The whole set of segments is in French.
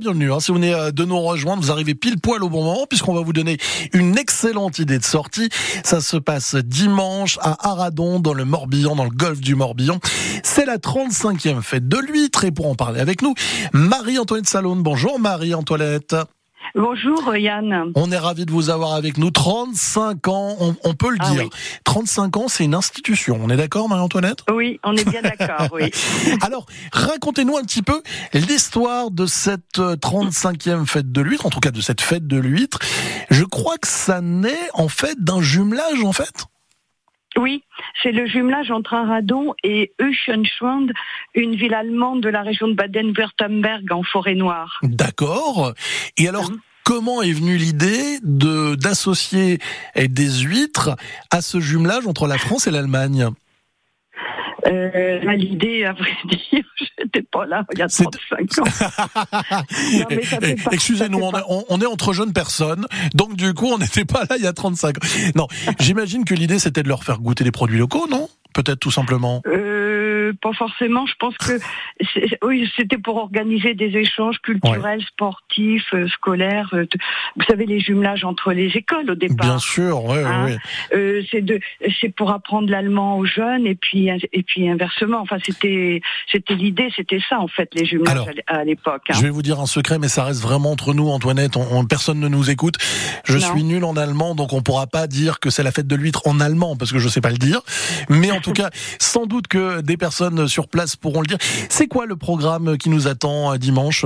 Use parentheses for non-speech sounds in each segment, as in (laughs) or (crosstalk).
Bienvenue, hein. si vous venez euh, de nous rejoindre, vous arrivez pile poil au bon moment puisqu'on va vous donner une excellente idée de sortie. Ça se passe dimanche à Aradon dans le Morbihan, dans le golfe du Morbihan. C'est la 35e fête de l'huître et pour en parler avec nous, Marie-Antoinette Salone. Bonjour Marie-Antoinette. Bonjour euh, Yann. On est ravi de vous avoir avec nous. 35 ans, on, on peut le Ah dire. oui. 35 ans, c'est une institution. On est d'accord Marie-Antoinette Oui, on est bien d'accord, (laughs) oui. Alors, racontez-nous un petit peu l'histoire de cette euh, 35e fête de l'huître, en tout cas de cette fête de l'huître. Je crois que ça naît en fait d'un jumelage en fait. Oui, c'est le jumelage entre Aradon et Euschenschwand, une ville allemande de la région de Baden-Württemberg en forêt noire. D'accord. Et alors, Mhm. comment est venue l'idée de d'associer eh, des huîtres à ce jumelage entre la France et l'Allemagne Euh, là, L'idée, à vrai (laughs) dire, j'étais pas là il y a C'est- 35 ans. (laughs) Non, mais ça fait Eh, pas- Excusez-nous, ça on, fait est- on- on est entre jeunes personnes, donc du coup, on n'était pas là il y a 35 ans. Non, j'imagine que l'idée, c'était de leur faire goûter des produits locaux, non Peut-être tout simplement. Euh, pas forcément, je pense que c'est- oui, c'était pour organiser des échanges culturels, sportifs, euh, scolaires. euh, t- Vous savez, les jumelages entre les écoles au départ. Bien sûr, ouais, ouais, Hein ouais. Euh, c'est de c'est pour apprendre l'allemand aux jeunes et puis et puis inversement enfin c'était c'était l'idée c'était ça en fait les jumelages Alors, à l- à l'époque hein. Je vais vous dire un secret, mais ça reste vraiment entre nous, Antoinette. On, on- personne ne nous écoute. Je Non. suis nul en allemand, donc on pourra pas dire que c'est la fête de l'huître en allemand, parce que je sais pas le dire. Mais en tout cas, sans doute que des personnes sur place pourront le dire. C'est quoi le programme qui nous attend euh, dimanche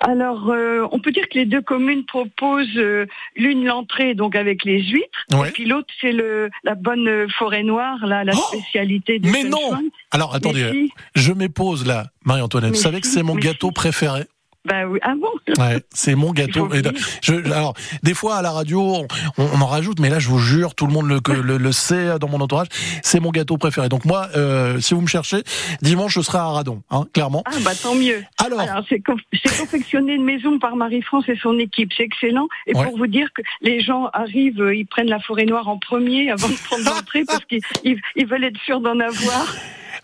alors euh, on peut dire que les deux communes proposent euh, l'une l'entrée donc avec les huîtres Ouais. puis l'autre c'est le la bonne euh, forêt noire là la Oh spécialité du Mais non Schwarzwald. Alors, Mais attendez, si, je m'épose là, Marie-Antoinette. Vous Mais savez que si, c'est mon mais gâteau si. préféré. bah oui ah bon Ouais, c'est mon Il faut gâteau. Et venir. Je, alors, des fois à la radio, on, on en rajoute, mais là, je vous jure, tout le monde le, que- le, le sait dans mon entourage, c'est mon gâteau préféré. Donc moi, euh, si vous me cherchez, dimanche, je serai à Radon, hein, clairement. ah bah tant mieux Alors, Alors, c'est conf- c'est confectionné une maison par Marie-France et son équipe. C'est excellent. Et Ouais. pour vous dire que les gens arrivent, euh, ils prennent la forêt noire en premier avant de (laughs) prendre l'entrée parce qu'ils ils- ils veulent être sûrs d'en avoir.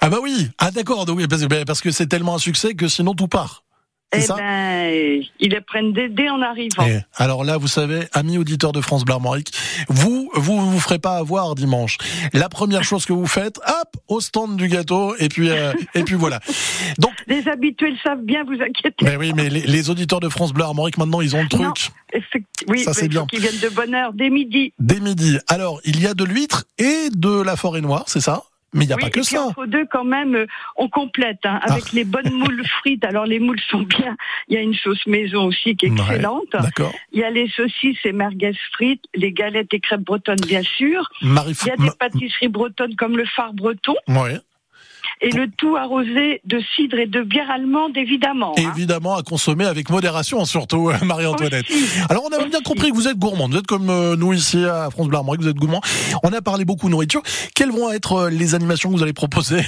ah bah oui, ah d'accord, donc oui, parce, ben, parce que c'est tellement un succès que sinon tout part. C'est Eh ça ben, euh, ils les prennent dès, dès en arrivant. Eh, alors là, vous savez, amis auditeurs de France Blarmoric, vous, vous vous ferez pas avoir dimanche. La première chose que vous faites, hop, au stand du gâteau, et puis euh, et puis (laughs) voilà. Eh. Les habitués le savent bien, vous inquiétez. Mais oui, mais les, les auditeurs de France Bleu Armorique maintenant, ils ont le truc. Non. Effect- Oui, Ça, c'est mais il bien. faut qu'ils viennent de bonne heure, dès midi. Dès midi. Alors, il y a de l'huître et de la forêt noire, c'est ça Mais il n'y a oui, pas que et puis ça. Ah. entre deux, quand même, euh, on complète hein, avec les bonnes moules frites. Alors, les moules sont bien. Il y a une sauce maison aussi qui est Ouais. Bah, excellente. D'accord. Il y a les saucisses et merguez frites, les galettes et crêpes bretonnes, bien sûr. Marie. Il y a des pâtisseries bretonnes comme le phare breton Ouais. et le tout arrosé de cidre et de bière allemande, évidemment. hein. Évidemment, à consommer avec modération, surtout, euh, Marie-Antoinette. Aussi. Alors, on a bien Aussi. compris que vous êtes gourmand. Vous êtes comme euh, nous ici à France Bleu Armorique, vous êtes gourmand. On a parlé beaucoup nourriture. Quelles vont être euh, les animations que vous allez proposer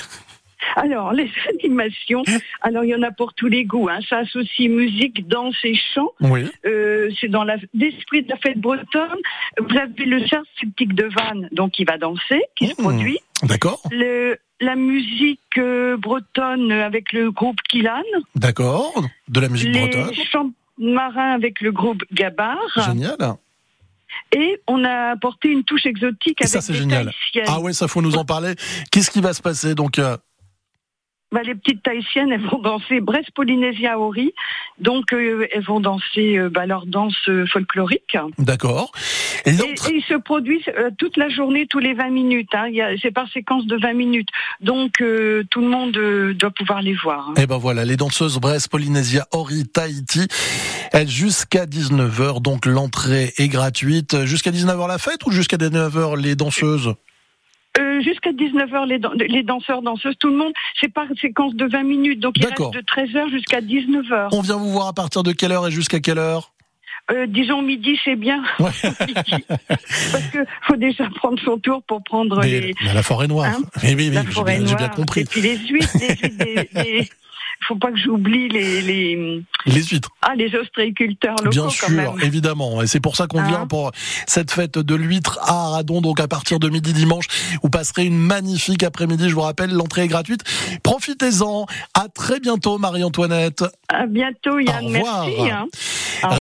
Alors, les animations, alors il y en a pour tous les goûts. hein. Ça associe musique, danse et chant. Oui. Euh, c'est dans la- l'esprit de la fête bretonne. Vous avez le cerf celtique de Vannes, donc il va danser, qui se Mmh. produit. D'accord. Le- la musique euh, bretonne avec le groupe Kilan. D'accord. De la musique bretonne. les chants marins avec le groupe Gabar. Génial. Euh, Et on a apporté une touche exotique Et avec ça, c'est des génial. Tahitiennes. Ah ouais, ça faut nous en parler. Qu'est-ce qui va se passer donc euh, Bah, les petites Tahitiennes, elles vont danser Brest Polynésia Ori. Donc, euh, elles vont danser euh, bah, leur danse euh, folklorique. D'accord. Et, L'entrée- et ils se produisent euh, toute la journée, tous les 20 minutes. hein. Il y a- C'est par séquence de 20 minutes. Donc, euh, tout le monde euh, doit pouvoir les voir. hein. Et ben voilà, les danseuses Brest, Polynésia, Ori, Tahiti, elles jusqu'à 19h, donc l'entrée est gratuite. Euh, Jusqu'à 19h la fête ou jusqu'à 19h les danseuses Euh, Jusqu'à 19h, les, dan- les danseurs, danseuses, tout le monde, c'est par séquence de 20 minutes. Donc, il reste D'accord. de 13h jusqu'à 19h. On vient vous voir à partir de quelle heure et jusqu'à quelle heure Euh, disons midi, c'est bien. (laughs) Ouais. Parce que faut déjà prendre son tour pour prendre Des- les, bah, La forêt noire. Hein oui, oui, oui, la j'ai forêt bien- j'ai noire. bien compris. (laughs) Et puis les huîtres, les huîtres des, des- faut pas que j'oublie les, les, Les huîtres. ah, les ostréiculteurs locaux Bien quand sûr, même. évidemment. Et c'est pour ça qu'on Hein vient pour cette fête de l'huître à Aradon, donc à partir de midi dimanche. Vous passerez une magnifique après-midi, je vous rappelle, l'entrée est gratuite. Profitez-en. À très bientôt, Marie-Antoinette. À bientôt, Yann. Au revoir. Merci. hein.